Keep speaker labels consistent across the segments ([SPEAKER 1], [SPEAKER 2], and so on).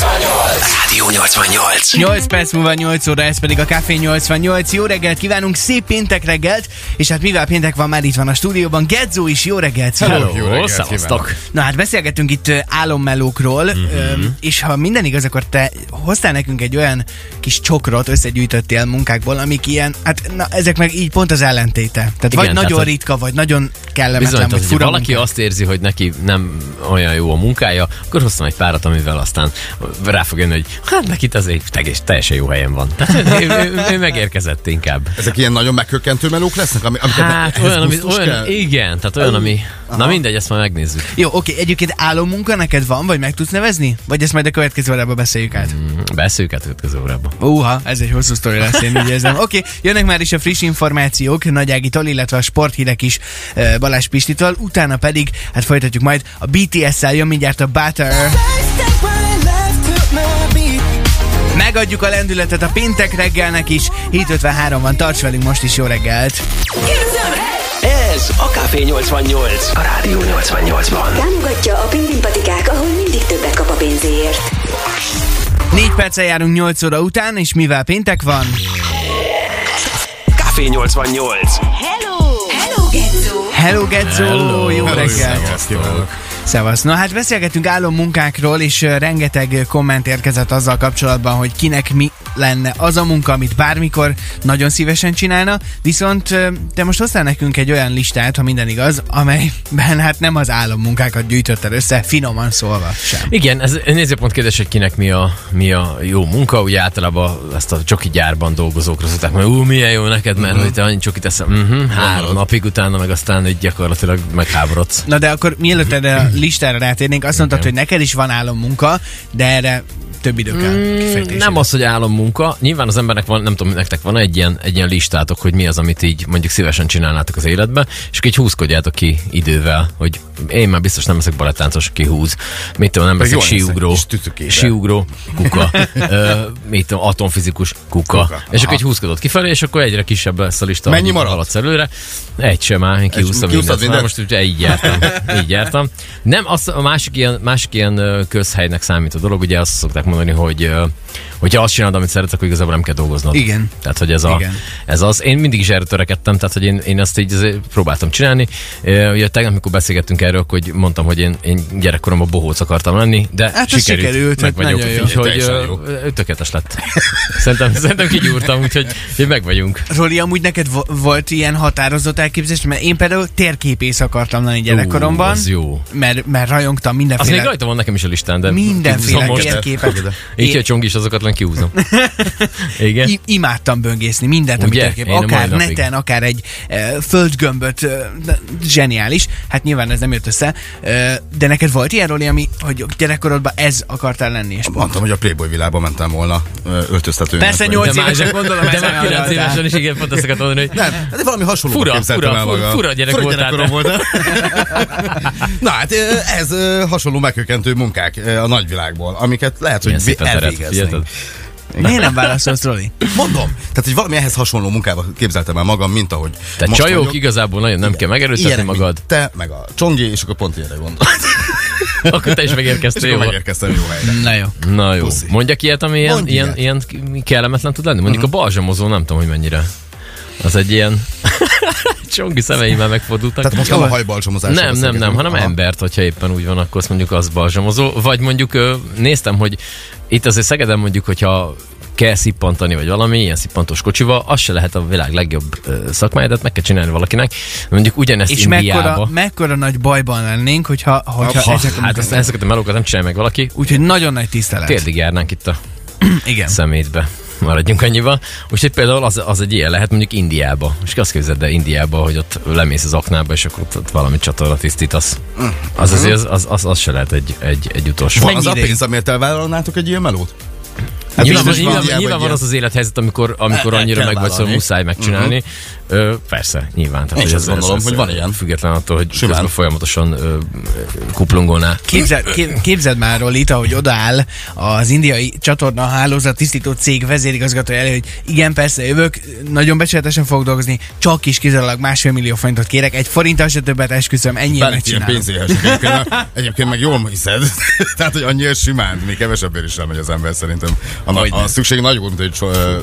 [SPEAKER 1] Rádió 88.
[SPEAKER 2] 8 perc múlva 8 óra, ez pedig a Café 88. Jó reggelt kívánunk, szép péntek reggelt, és hát mivel péntek van, már itt van a stúdióban, Gedzó is, jó reggelt! Hello.
[SPEAKER 3] Jó reggelt
[SPEAKER 4] szevasztok.
[SPEAKER 2] Na hát beszélgettünk itt ö, álommelókról,
[SPEAKER 4] Mhm.
[SPEAKER 2] mm-hmm. és ha minden igaz, akkor te hoztál nekünk egy olyan kis csokrot, összegyűjtöttél munkákból, amik ilyen, hát na, ezek meg így pont az ellentéte. Tehát Igen, vagy
[SPEAKER 4] tehát,
[SPEAKER 2] nagyon
[SPEAKER 4] hogy-
[SPEAKER 2] ritka, vagy nagyon kellemetlen,
[SPEAKER 4] Bizony,
[SPEAKER 2] vagy
[SPEAKER 4] tehát, hogyha
[SPEAKER 2] fura
[SPEAKER 4] valaki
[SPEAKER 2] munka.
[SPEAKER 4] azt érzi, hogy neki nem Mm, olyan jó a munkája, akkor hozzon egy párat, amivel aztán rá fog jönni, hogy hát neki itt azért tegés, teljesen jó helyen van. Tehát ő, ő, ő, ő megérkezett inkább.
[SPEAKER 3] Ezek ilyen nagyon megkökkentő melók lesznek, ami- amiket
[SPEAKER 4] Hát
[SPEAKER 3] ehhez
[SPEAKER 4] olyan, ami,
[SPEAKER 3] gusztus
[SPEAKER 4] olyan,
[SPEAKER 3] kell?
[SPEAKER 4] igen, tehát olyan, ami... Na mindegy, ezt majd megnézzük.
[SPEAKER 2] Jó, oké, egyébként álommunka neked van, vagy meg tudsz nevezni? Vagy ezt majd a következő órában beszéljük át?
[SPEAKER 4] Mm, Beszéljük át következő órában.
[SPEAKER 2] Uha, ez egy hosszú sztori lesz, én úgy érzem. Oké, okay, jönnek már is a friss információk Nagy Ágitól, illetve a sporthírek is uh, Balázs Pistitől, utána pedig, hát folytatjuk majd, a BTS-szel jön mindjárt a Butter. Megadjuk a lendületet a péntek reggelnek is, 7.53 van, tarts velünk most is, jó reggelt!
[SPEAKER 1] Ez a Café 88. A Rádió 88-ban.
[SPEAKER 5] Támogatja a Pingvin Patikák, ahol mindig többet kap a pénzéért.
[SPEAKER 2] 4 perccel járunk 8 óra után, és mivel péntek van,
[SPEAKER 1] Café 88.
[SPEAKER 2] Hello Getszó,
[SPEAKER 4] Hello,
[SPEAKER 2] jó
[SPEAKER 4] hello,
[SPEAKER 2] reggelt! Szevasz. Na hát beszélgetünk álommunkákról, és ö, rengeteg ö, komment érkezett azzal kapcsolatban, hogy kinek mi lenne az a munka, amit bármikor nagyon szívesen csinálna, viszont ö, te most hoztál nekünk egy olyan listát, ha minden igaz, amelyben hát nem az álommunkákat gyűjtötted össze, finoman szólva sem.
[SPEAKER 4] Igen, ez nézőpont kérdés, hogy kinek mi a, mi a jó munka. Ugye általában ezt a csoki gyárban dolgozókra szokták mondani, ú, milyen jó neked, mert hogy te annyi csokit eszel, uh-huh, három napig utána, meg aztán így gyakorlatilag megháborodsz.
[SPEAKER 2] Na de akkor mielőtt erre a listára rátérnénk, azt mondtad, hogy neked is van álommunka, de erre több idő kell kifejtésére.
[SPEAKER 4] Mm, Nem az, hogy álommunka. Nyilván az embernek van, nem tudom, nektek van egy ilyen, egy ilyen listátok, hogy mi az, amit így mondjuk szívesen csinálnátok az életbe, és akkor így húzkodjátok ki idővel, hogy én már biztos nem leszek balettáncos, aki húz. Mit tudom, nem leszek
[SPEAKER 3] jól leszek
[SPEAKER 4] síugró,
[SPEAKER 3] kis tütükével.
[SPEAKER 4] síugró, kuka, ö, mit tudom, atomfizikus, kuka. kuka. És akkor így húzkodott kifelé, és akkor egyre kisebb lesz a lista.
[SPEAKER 3] Mennyi
[SPEAKER 4] ahogy
[SPEAKER 3] maradt?
[SPEAKER 4] haladsz előre. Egy sem már, én kihúztam
[SPEAKER 3] kihúztad
[SPEAKER 4] mindent. Már
[SPEAKER 3] mindent?
[SPEAKER 4] most ugye így jártam. Így jártam. Nem, az, a másik ilyen, másik ilyen ö, közhelynek számít a dolog, ugye azt szokták mondani, hogy hogy azt csinálod, amit szeretsz, akkor igazából nem kell dolgoznod.
[SPEAKER 2] Igen.
[SPEAKER 4] Tehát, hogy ez, a,
[SPEAKER 2] Igen.
[SPEAKER 4] ez az. Én mindig is erre törekedtem, tehát, hogy én, én azt így azért próbáltam csinálni. Ö, Ugye tegnap, amikor beszélgettünk erről, hogy mondtam, hogy én, én gyerekkoromban bohóc akartam lenni, de
[SPEAKER 2] Hát ez
[SPEAKER 4] sikerült.
[SPEAKER 2] sikerült, hát
[SPEAKER 4] vagyok,
[SPEAKER 2] nagyon jó.
[SPEAKER 4] Úgyhogy
[SPEAKER 3] Teljesen
[SPEAKER 4] ö,
[SPEAKER 3] jó.
[SPEAKER 4] ö, tökéletes lett. Szerintem, szerintem kigyúrtam, úgyhogy hogy meg vagyunk.
[SPEAKER 2] Roli, amúgy neked vo- volt ilyen határozott elképzelés, mert én például térképész akartam lenni gyerekkoromban,
[SPEAKER 4] Ú, az jó.
[SPEAKER 2] mert, mert rajongtam
[SPEAKER 4] Az még
[SPEAKER 2] mindenféle,
[SPEAKER 4] rajta van nekem is a listán, de
[SPEAKER 2] mindenféle
[SPEAKER 4] kihúzom
[SPEAKER 2] térképet.
[SPEAKER 4] Így,
[SPEAKER 2] Én-
[SPEAKER 4] hogy csong is azokatlan kiúzom. Igen.
[SPEAKER 2] I- imádtam böngészni mindent, amit
[SPEAKER 4] Ugye?
[SPEAKER 2] térkép,
[SPEAKER 4] Én a mai
[SPEAKER 2] akár
[SPEAKER 4] napig.
[SPEAKER 2] neten, akár egy e, földgömböt, e, de zseniális. Hát nyilván ez nem jött össze, e, de neked volt ilyen, Roli, ami, hogy gyerekkorodban ez akartál lenni, és
[SPEAKER 3] Mondtam, hogy a Playboy világba mentem volna ö, öltöztetőnek.
[SPEAKER 2] Persze,
[SPEAKER 3] vagy-
[SPEAKER 2] nyolc-
[SPEAKER 4] De már,
[SPEAKER 2] évesen gondolom,
[SPEAKER 4] de
[SPEAKER 2] ezen
[SPEAKER 4] már 9
[SPEAKER 2] elváltál.
[SPEAKER 4] évesen is igen pont azt akartam mondani, hogy
[SPEAKER 3] Nem, hát valami hasonló
[SPEAKER 4] Fura,
[SPEAKER 3] képzeltem
[SPEAKER 4] fura,
[SPEAKER 3] el
[SPEAKER 4] fura,
[SPEAKER 3] magam.
[SPEAKER 4] fura gyerek voltál,
[SPEAKER 3] gyerekkorom
[SPEAKER 4] de.
[SPEAKER 3] voltam. Na hát ö, ez ö, hasonló megkökkentő munkák ö, a nagyvilágból, amiket lehet,
[SPEAKER 4] milyen
[SPEAKER 3] hogy vi-
[SPEAKER 4] szépen tered,
[SPEAKER 3] elvégeznénk.
[SPEAKER 4] figyelted?
[SPEAKER 2] miért nem válaszolsz, Roli?
[SPEAKER 3] Mondom, tehát hogy valami ehhez hasonló munkába képzeltem el magam, mint ahogy
[SPEAKER 4] Te
[SPEAKER 3] most
[SPEAKER 4] csajok
[SPEAKER 3] vagyok.
[SPEAKER 4] igazából nagyon nem kell megerőltetni
[SPEAKER 3] Ilyenek, mint
[SPEAKER 4] magad,
[SPEAKER 3] Te, meg a csongi, és akkor pont ilyenre gondoltam.
[SPEAKER 4] akkor te is
[SPEAKER 3] És
[SPEAKER 4] megérkeztél
[SPEAKER 3] akkor
[SPEAKER 4] jól.
[SPEAKER 3] megérkeztem jó helyre.
[SPEAKER 2] Na jó.
[SPEAKER 4] Na jó,
[SPEAKER 3] Puszi.
[SPEAKER 4] mondjak ilyet, ami ilyen,
[SPEAKER 3] Mondj Mhm.
[SPEAKER 4] ilyen, ilyen kellemetlen tud lenni. Mondjuk a balzsamozó nem tudom, hogy mennyire. Az egy ilyen... Csongi szemeimmel megfordultak. hát
[SPEAKER 3] Tehát most nem a hajbalsomozásra
[SPEAKER 4] Nem, nem, nem,
[SPEAKER 3] beszélgetünk.
[SPEAKER 4] hanem
[SPEAKER 3] Aha.
[SPEAKER 4] embert, hogyha éppen úgy van, akkor azt mondjuk az balzsamozó. Vagy mondjuk ö, néztem, hogy itt azért Szegeden mondjuk, hogyha kell szippantani, vagy valami ilyen szippantós kocsival, az se lehet a világ legjobb ö, szakmája, tehát meg kell csinálni valakinek. Mondjuk ugyanezt
[SPEAKER 2] És mekkora,
[SPEAKER 4] Indiába.
[SPEAKER 2] mekkora nagy bajban lennénk, hogyha, hogyha
[SPEAKER 4] Ha,
[SPEAKER 2] ezek
[SPEAKER 4] hát ezt, ezeket a melókat nem csinálja meg valaki,
[SPEAKER 2] Úgyhogy nagyon nagy tisztelet.
[SPEAKER 3] Hát.
[SPEAKER 4] térdig járnánk itt a
[SPEAKER 2] Igen.
[SPEAKER 4] szemétbe. Maradjunk annyiba. Úgyhogy például az, az egy ilyen lehet mondjuk Indiába. És azt képzeld el Indiába, hogy ott lemész az aknába, és akkor ott, ott valami csatorna tisztítasz. Az azért, Mhm. az, az, az, az se lehet egy, egy, egy utolsó.
[SPEAKER 3] Van az
[SPEAKER 2] Mennyi
[SPEAKER 3] a
[SPEAKER 2] ideig?
[SPEAKER 3] pénz, amiért elvállalnátok egy ilyen melót? Hát
[SPEAKER 4] nyilván, van,
[SPEAKER 3] biztos
[SPEAKER 4] nyilván,
[SPEAKER 3] ilyen,
[SPEAKER 4] nyilván
[SPEAKER 3] vagy
[SPEAKER 4] van az az élethelyzet, amikor, amikor
[SPEAKER 3] El- el
[SPEAKER 4] annyira
[SPEAKER 3] kell
[SPEAKER 4] meg vagy szóval
[SPEAKER 3] vállalni.
[SPEAKER 4] muszáj megcsinálni. Ö, persze, nyilván. Tehát, hogy
[SPEAKER 3] Én is
[SPEAKER 4] Mhm. ez-
[SPEAKER 3] azt gondolom, hogy van ilyen.
[SPEAKER 4] Független attól, hogy
[SPEAKER 3] Simán.
[SPEAKER 4] közben folyamatosan ö, kuplungolná.
[SPEAKER 2] Képzeld, kép, képzeld már, Lolita, hogy odaáll az indiai csatorna hálózat tisztító cég vezérigazgatója elő, hogy igen, persze jövök, nagyon becsületesen fogok dolgozni, csak is kizárólag másfél millió forintot kérek, egy forinttal se többet esküszöm, ennyi
[SPEAKER 3] Belet ilyen
[SPEAKER 2] megcsinálom.
[SPEAKER 3] pénzéhes. Egyébként, meg- egyébként meg jól hiszed. Tehát, hogy annyira simán, még kevesebbért is elmegy az ember szerintem. A, na- a szükség nagy volt, hogy so, ö,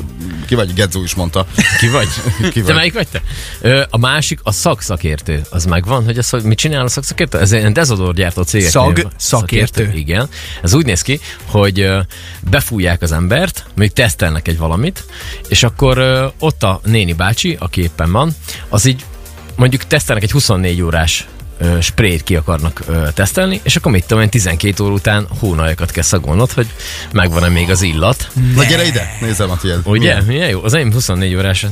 [SPEAKER 3] ki vagy, Gedzó is mondta.
[SPEAKER 4] Ki vagy?
[SPEAKER 3] Ki
[SPEAKER 4] Te
[SPEAKER 3] vagy?
[SPEAKER 4] melyik vagy te? Ö, a másik, a szakszakértő. Az megvan, hogy az, hogy mit csinál a szakszakértő? Ez ilyen dezodorgyártó cégek.
[SPEAKER 2] Szag- szakértő.
[SPEAKER 4] Igen. Ez úgy néz ki, hogy ö, befújják az embert, mondjuk tesztelnek egy valamit, és akkor ö, ott a néni bácsi, aki éppen van, az így mondjuk tesztelnek egy 24 órás ö, sprayt ki akarnak ö, tesztelni, és akkor mit tudom én, 12 óra után hónajakat kell szagolnod, hogy megvan-e még az illat.
[SPEAKER 2] Mm.
[SPEAKER 3] Na gyere ide, nézem a tiéd.
[SPEAKER 4] Ugye?
[SPEAKER 3] Milyen?
[SPEAKER 4] Milyen jó? Az enyém 24 órás.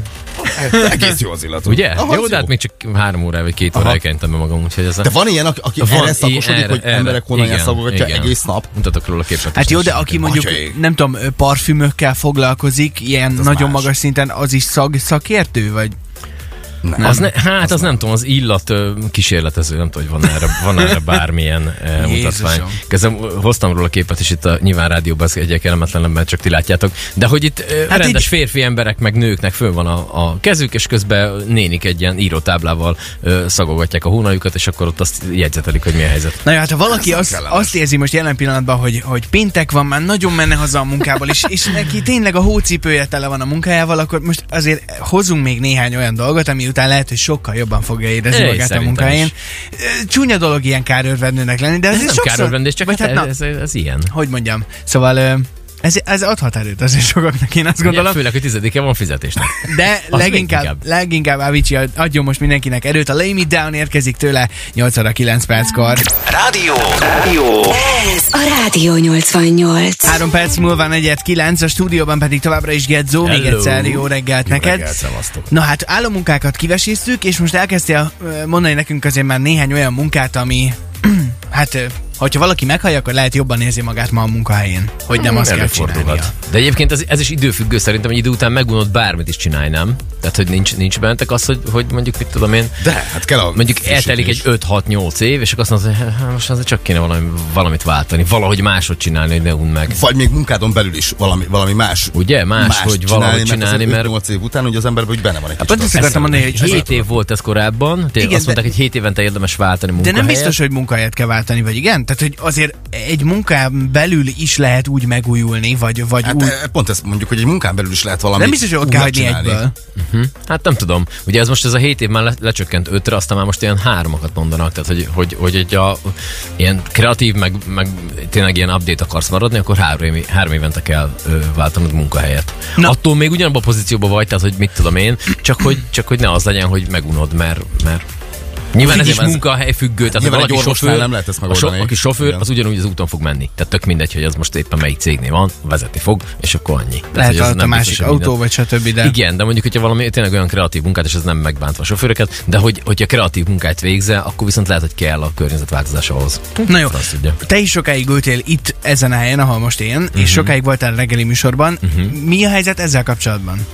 [SPEAKER 3] Egész jó az illatú.
[SPEAKER 4] Ugye?
[SPEAKER 3] Aha,
[SPEAKER 4] Aha, jó,
[SPEAKER 3] az
[SPEAKER 4] de hát még csak három órája vagy két órája kentem be magam, úgyhogy ez a...
[SPEAKER 3] De van ilyen, aki, aki
[SPEAKER 4] Van,
[SPEAKER 3] erre szakosodik,
[SPEAKER 4] erre,
[SPEAKER 3] hogy
[SPEAKER 4] erre.
[SPEAKER 3] emberek honnan
[SPEAKER 4] Igen,
[SPEAKER 3] szagogatja
[SPEAKER 4] igen.
[SPEAKER 3] egész nap.
[SPEAKER 4] Mutatok róla képet.
[SPEAKER 2] Hát jó, de aki mondjuk,
[SPEAKER 3] Atyaik.
[SPEAKER 2] nem tudom, parfümökkel foglalkozik, ilyen
[SPEAKER 3] Hát az
[SPEAKER 2] nagyon
[SPEAKER 3] más.
[SPEAKER 2] magas szinten, az is szag, szakértő, vagy
[SPEAKER 3] Nem.
[SPEAKER 4] Az ne, hát az, nem tudom, az illat ö, kísérletező, nem tudom, hogy van erre, van erre bármilyen ö, mutatvány.
[SPEAKER 2] Jézusom.
[SPEAKER 4] Közben hoztam róla képet, és itt a, nyilván rádióban ez egy kellemetlen, mert csak ti látjátok. De hogy itt hát
[SPEAKER 2] Hát
[SPEAKER 4] rendes
[SPEAKER 2] így-
[SPEAKER 4] férfi emberek, meg nőknek föl van a, a kezük, és közben nénik egy ilyen írótáblával ö, szagogatják a hónajukat, és akkor ott azt jegyzetelik, hogy mi a helyzet.
[SPEAKER 2] Na jó, hát ha valaki
[SPEAKER 3] nem
[SPEAKER 2] azt,
[SPEAKER 3] kellemes.
[SPEAKER 2] azt érzi most jelen pillanatban, hogy, hogy péntek van, már nagyon menne haza a munkából, és, és neki tényleg a hócipője tele van a munkájával, akkor most azért hozunk még néhány olyan dolgot, ami után lehet, hogy sokkal jobban fogja érezni
[SPEAKER 4] Éj,
[SPEAKER 2] magát a
[SPEAKER 4] szerintem
[SPEAKER 2] munkáján.
[SPEAKER 4] is.
[SPEAKER 2] Ö, Csúnya dolog ilyen kárőrvendőnek lenni, de
[SPEAKER 4] Ez
[SPEAKER 2] azért
[SPEAKER 4] nem
[SPEAKER 2] sokszor...
[SPEAKER 4] kárörvendés, csak
[SPEAKER 2] vagy
[SPEAKER 4] hát
[SPEAKER 2] hát, na,
[SPEAKER 4] ez, ez, ez ilyen.
[SPEAKER 2] hogy mondjam, szóval... ö, Ez, ez adhat erőt azért sokaknak, én azt
[SPEAKER 4] Gondolom,
[SPEAKER 2] gondolom.
[SPEAKER 4] főleg, hogy tizedike van fizetésnek.
[SPEAKER 2] De
[SPEAKER 4] Az még
[SPEAKER 2] leginkább,
[SPEAKER 4] inkább.
[SPEAKER 2] leginkább Avicii ad- adjon most mindenkinek erőt. A Lay Me Down érkezik tőle 8 óra 9 perckor.
[SPEAKER 1] Rádió. Rádió.
[SPEAKER 5] Ez a Rádió 88.
[SPEAKER 2] Három perc múlva negyed kilenc, a stúdióban pedig továbbra is Gedzó, még
[SPEAKER 4] Hello.
[SPEAKER 2] egyszer jó reggelt
[SPEAKER 3] Jó
[SPEAKER 2] neked.
[SPEAKER 3] reggelt, szevasztok.
[SPEAKER 2] Na hát álommunkákat kiveséztük, és most elkezdtél ö, mondani nekünk azért már néhány olyan munkát, ami hát ö, hogyha valaki meghallja, akkor lehet jobban érzi magát ma a munkahelyén, hogy nem azt kell csinálnia.
[SPEAKER 4] Előfordulhat. De egyébként ez, ez is időfüggő szerintem, hogy idő után megunod bármit is csinálj, nem? Tehát, hogy nincs, nincs bentek az, hogy, hogy mondjuk, mit tudom én,
[SPEAKER 3] De, hát kell a
[SPEAKER 4] mondjuk
[SPEAKER 3] frissítés.
[SPEAKER 4] eltelik egy 5-6-8 év, és akkor azt mondod, hogy hát, most azért csak kéne valami, valamit váltani, valahogy máshogy csinálni, hogy ne unj meg.
[SPEAKER 3] Vagy még munkádon belül is valami, valami más.
[SPEAKER 4] Ugye? Más,
[SPEAKER 3] mást
[SPEAKER 4] hogy valahogy csinálni, mert...
[SPEAKER 3] mert... 8 év után, hogy az emberben úgy benne van egy
[SPEAKER 2] Hát pont ezt
[SPEAKER 3] az.
[SPEAKER 2] akartam mondani, hogy
[SPEAKER 4] 7 év volt ez korábban, tényleg
[SPEAKER 2] Igen,
[SPEAKER 4] azt mondták,
[SPEAKER 2] de-
[SPEAKER 4] hogy 7 évente érdemes váltani
[SPEAKER 2] De nem
[SPEAKER 4] munkahelyet.
[SPEAKER 2] biztos, hogy munkahelyet kell váltani, vagy igen? Tehát, hogy azért egy munkán belül is lehet úgy megújulni, vagy, vagy
[SPEAKER 3] Hát
[SPEAKER 2] úgy.
[SPEAKER 3] eh, pont ezt mondjuk, hogy egy munkán belül is lehet valami
[SPEAKER 2] nem biztos, hogy ott
[SPEAKER 3] újat
[SPEAKER 2] kell hagyni
[SPEAKER 3] csinálni.
[SPEAKER 2] egyből.
[SPEAKER 4] Hát nem tudom. Ugye ez most ez a 7 év már le, lecsökkent 5-re, aztán már most ilyen háromakat mondanak, tehát hogy, hogy, hogy, hogy a, ilyen kreatív, meg, meg tényleg ilyen update akarsz maradni, akkor három, év, három évente kell ö, váltanod munkahelyet.
[SPEAKER 2] Na.
[SPEAKER 4] Na. Attól még ugyanabban a pozícióban vagy, tehát hogy mit tudom én, csak hogy, csak hogy ne az legyen, hogy megunod, mert, mert Nyilván
[SPEAKER 3] Úgy
[SPEAKER 4] ez
[SPEAKER 3] is
[SPEAKER 4] is
[SPEAKER 3] ez-
[SPEAKER 4] munkahely függő, tehát
[SPEAKER 3] Nyilván
[SPEAKER 4] ha
[SPEAKER 3] egy
[SPEAKER 4] valaki
[SPEAKER 3] orvosnál
[SPEAKER 4] sofőr,
[SPEAKER 3] nem lehet ezt
[SPEAKER 4] a so,
[SPEAKER 3] megoldani.
[SPEAKER 4] aki sofőr,
[SPEAKER 3] Igen.
[SPEAKER 4] az ugyanúgy az úton fog menni. Tehát tök mindegy, hogy az most éppen melyik cégnél van, vezetni fog, és akkor annyi. Tehát,
[SPEAKER 2] Lehet
[SPEAKER 4] hogy az
[SPEAKER 2] alatt a
[SPEAKER 4] nem biztos,
[SPEAKER 2] másik
[SPEAKER 4] hogy minden-
[SPEAKER 2] autó, vagy stb. De...
[SPEAKER 4] igen, de mondjuk, hogyha valami tényleg olyan kreatív munkát, és ez nem megbántva a sofőröket, de hogy, hogyha kreatív munkát végzel, akkor viszont lehet, hogy kell a környezetváltozás ahhoz.
[SPEAKER 2] Na jó,
[SPEAKER 4] Ezt Azt tudja.
[SPEAKER 2] te is sokáig ültél itt ezen a helyen, ahol most én,
[SPEAKER 4] Mhm.
[SPEAKER 2] uh-huh. és sokáig voltál reggeli műsorban. Uh-huh. Mi a helyzet ezzel kapcsolatban?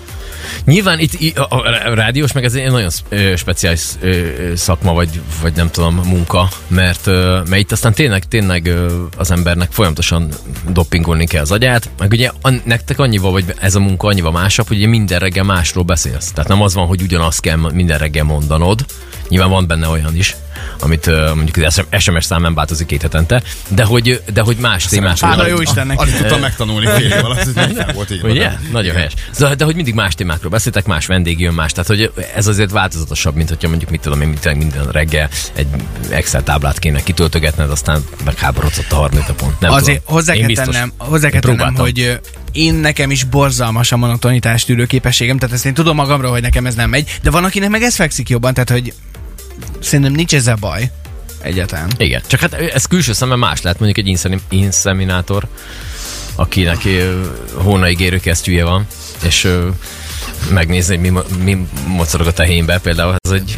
[SPEAKER 4] Nyilván itt i- a, a a rádiós, meg ez egy nagyon sz- ö, speciális ö, ö, szakma, vagy, vagy nem tudom, munka, mert, ö, mert itt aztán tényleg, tényleg ö, az embernek folyamatosan doppingolni kell az agyát, meg ugye an, nektek annyival, vagy ez a munka annyival másabb, hogy ugye minden reggel másról beszélsz. Tehát nem az van, hogy ugyanazt kell minden reggel mondanod, nyilván van benne olyan is, amit ö, mondjuk az SMS szám nem változik két hetente, de hogy, de hogy más témákról.
[SPEAKER 2] Hála jó Istennek!
[SPEAKER 3] Alig tudtam megtanulni fél év alatt, hogy nem volt így.
[SPEAKER 4] Eh. Ugye? Nagyon helyes. De, de hogy mindig más témákról beszéltek, más vendég jön, más. Tehát, hogy ez azért változatosabb, mint hogyha mondjuk, mit tudom én, minden, minden reggel egy Excel táblát kéne kitöltögetned, aztán megháborodott a harmadik napon. Nem
[SPEAKER 2] Azért
[SPEAKER 4] tudom.
[SPEAKER 2] hozzá
[SPEAKER 4] Én
[SPEAKER 2] kell
[SPEAKER 4] biztos.
[SPEAKER 2] tennem, hozzá kell
[SPEAKER 4] Én
[SPEAKER 2] tennem
[SPEAKER 4] próbáltam.
[SPEAKER 2] hogy ö, én nekem is borzalmas a monotonitás tűrő képességem, tehát ezt én tudom magamról, hogy nekem ez nem megy, de van, akinek meg ez fekszik jobban, tehát hogy szerintem nincs ezzel baj egyáltalán.
[SPEAKER 4] Igen, csak hát ez külső szemmel más lehet, mondjuk egy inszem- inszeminátor, akinek hónaigérő kesztyűje van, és ö, megnézni, hogy mi, mo- mi mocorog a tehénbe például, ez egy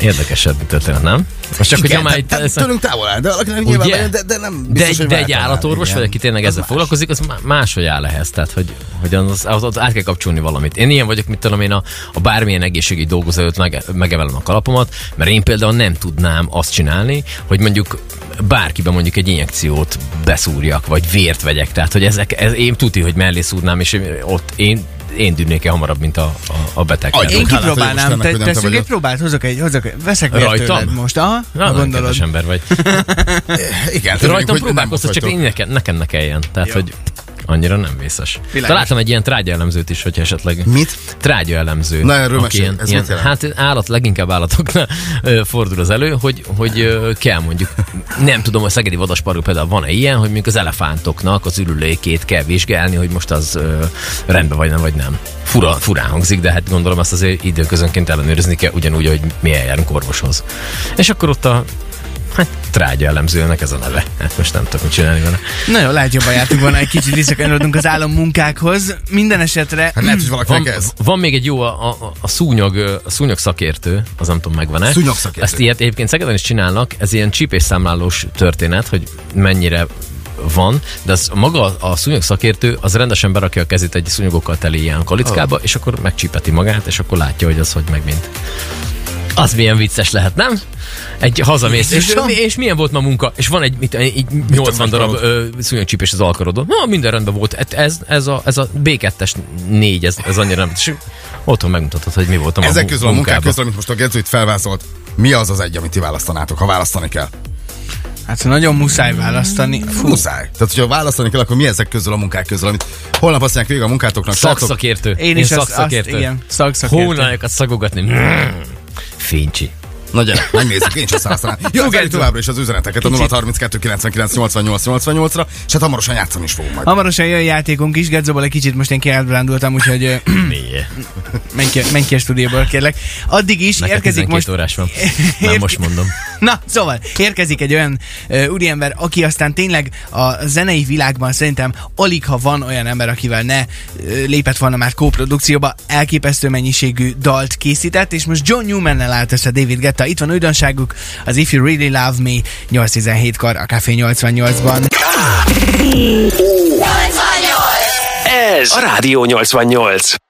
[SPEAKER 4] érdekesebb történet, nem? Most csak,
[SPEAKER 3] Igen,
[SPEAKER 4] hogy már
[SPEAKER 3] hát-
[SPEAKER 4] itt...
[SPEAKER 3] hát
[SPEAKER 4] ezt-
[SPEAKER 3] tőlünk távol áll, de valakinek nyilván,
[SPEAKER 4] Ugye?
[SPEAKER 3] de, de nem
[SPEAKER 4] De
[SPEAKER 3] biztos,
[SPEAKER 4] egy,
[SPEAKER 3] hogy
[SPEAKER 4] de egy
[SPEAKER 3] váltanál,
[SPEAKER 4] állatorvos,
[SPEAKER 3] igen.
[SPEAKER 4] vagy aki tényleg ezzel foglalkozik, az má- máshogy áll ehhez. Tehát, hogy, hogy az, az, az, át kell kapcsolni valamit. Én ilyen vagyok, mit tudom én, a, a bármilyen egészségügyi dolgozó előtt meg, megemelem a kalapomat, mert én például nem tudnám azt csinálni, hogy mondjuk bárkiben mondjuk egy injekciót beszúrjak, vagy vért vegyek. Tehát, hogy ezek, ez, én tuti, hogy mellé szúrnám, és én- ott én, én dűnnék el hamarabb, mint a, a, a beteg.
[SPEAKER 3] Adjuk.
[SPEAKER 4] Tehát,
[SPEAKER 2] Én
[SPEAKER 3] hálát adjuk
[SPEAKER 2] kipróbálnám,
[SPEAKER 3] Istennek,
[SPEAKER 2] te,
[SPEAKER 3] hogy nem te
[SPEAKER 2] teszünk
[SPEAKER 3] vagy
[SPEAKER 2] egy
[SPEAKER 3] ott.
[SPEAKER 2] próbát, hozok egy, hozok, veszek vért
[SPEAKER 4] Rajtam?
[SPEAKER 2] tőled most, aha, ha
[SPEAKER 4] Na,
[SPEAKER 2] gondolod.
[SPEAKER 4] gondolod. ember vagy.
[SPEAKER 3] eh, Igen,
[SPEAKER 4] Rajtam
[SPEAKER 3] tudjuk, Hát, hogy nem
[SPEAKER 4] próbálkoztat, csak én
[SPEAKER 3] vagytok.
[SPEAKER 4] nekem, nekem ne kelljen. Tehát, hogy annyira nem vészes.
[SPEAKER 2] Világos.
[SPEAKER 4] Találtam egy ilyen trágya elemzőt is, hogyha esetleg...
[SPEAKER 3] Mit?
[SPEAKER 4] Trágya elemző.
[SPEAKER 3] Na, erről
[SPEAKER 4] aki
[SPEAKER 3] mesélj, ez mit
[SPEAKER 4] ilyen,
[SPEAKER 3] jelent?
[SPEAKER 4] Hát állat, leginkább állatoknál ö, fordul az elő, hogy, hogy ö, kell mondjuk, nem tudom, a szegedi vadasparkban például van-e ilyen, hogy mondjuk az elefántoknak az ürülékét kell vizsgálni, hogy most az ö, rendben vagy nem, vagy nem. Fura, furán hangzik, de hát gondolom ezt azért időközönként ellenőrizni kell, ugyanúgy, hogy mi eljárunk orvoshoz. És akkor ott a Hát trágya elemzőnek ez a neve. Hát most nem tudok mit csinálni vele.
[SPEAKER 2] Na jó, lehet jobban jártunk volna, egy kicsit visszakanyarodunk az állam munkákhoz. Minden esetre
[SPEAKER 3] Hát lehet, hogy valakinek
[SPEAKER 4] Van,
[SPEAKER 3] ez.
[SPEAKER 4] van, még egy jó a, a, a, szúnyog, ö, a szúnyog szakértő, az nem tudom megvan-e.
[SPEAKER 3] Szúnyog szakértő.
[SPEAKER 4] Ezt ilyet egyébként Szegeden is csinálnak, ez ilyen csípésszámlálós történet, hogy mennyire van, de az, maga a szúnyog szakértő az rendesen berakja a kezét egy szúnyogokkal teli ilyen
[SPEAKER 3] Ah.
[SPEAKER 4] kalickába, oh. és akkor megcsípeti magát, és akkor látja, hogy az hogy meg mint. Az milyen vicces lehet, nem? Egy hazamész, és,
[SPEAKER 3] Jézusom!
[SPEAKER 4] és milyen volt ma munka? És van egy, mit, egy 80 darab ö, szúnyogcsípés az alkarodon. Na, minden rendben volt. Hát Ez, ez, a, ez a B2-es négy, ez, ez annyira nem. És otthon megmutatod, hogy mi volt a ma
[SPEAKER 3] Ezek
[SPEAKER 4] mu-
[SPEAKER 3] közül a munkák
[SPEAKER 4] munkában.
[SPEAKER 3] közül, amit most a Gedző itt felvázolt, mi az az egy, amit ti választanátok, ha választani kell?
[SPEAKER 2] hát nagyon muszáj választani. Fú,
[SPEAKER 3] Muszáj. Tehát, hogyha választani kell, akkor mi ezek közül a munkák közül, amit holnap aztán vége a munkátoknak, srácok?
[SPEAKER 4] Szakszakértő.
[SPEAKER 2] én is azt, azt,
[SPEAKER 4] szakszakértő.
[SPEAKER 2] igen, szakszakértő.
[SPEAKER 4] Hónajakat szagogatni. Mm. Fincsi.
[SPEAKER 3] Na gyere, megnézzük, én is azt használom. Jó, várjuk továbbra is az üzeneteket a 032 99 88 88 ra és hát hamarosan játszani is fogunk majd.
[SPEAKER 2] Hamarosan jön játékunk is, Gedzóból egy kicsit most én kiábrándultam, úgyhogy ö,
[SPEAKER 4] Mélye.
[SPEAKER 2] menj ki, menj ki a stúdióból, kérlek. Addig is
[SPEAKER 4] Neked
[SPEAKER 2] érkezik
[SPEAKER 4] 12
[SPEAKER 2] most...
[SPEAKER 4] órás van. Már most mondom.
[SPEAKER 2] Na, szóval érkezik egy olyan ö, úriember, aki aztán tényleg a zenei világban szerintem alig, ha van olyan ember, akivel ne ö, lépett volna már kóprodukcióba, elképesztő mennyiségű dalt készített, és most John Newman-nel állt össze David Getta. Itt van újdonságuk, az If You Really Love Me 817-kor a Café 88-ban.
[SPEAKER 1] Ez a Rádió 88.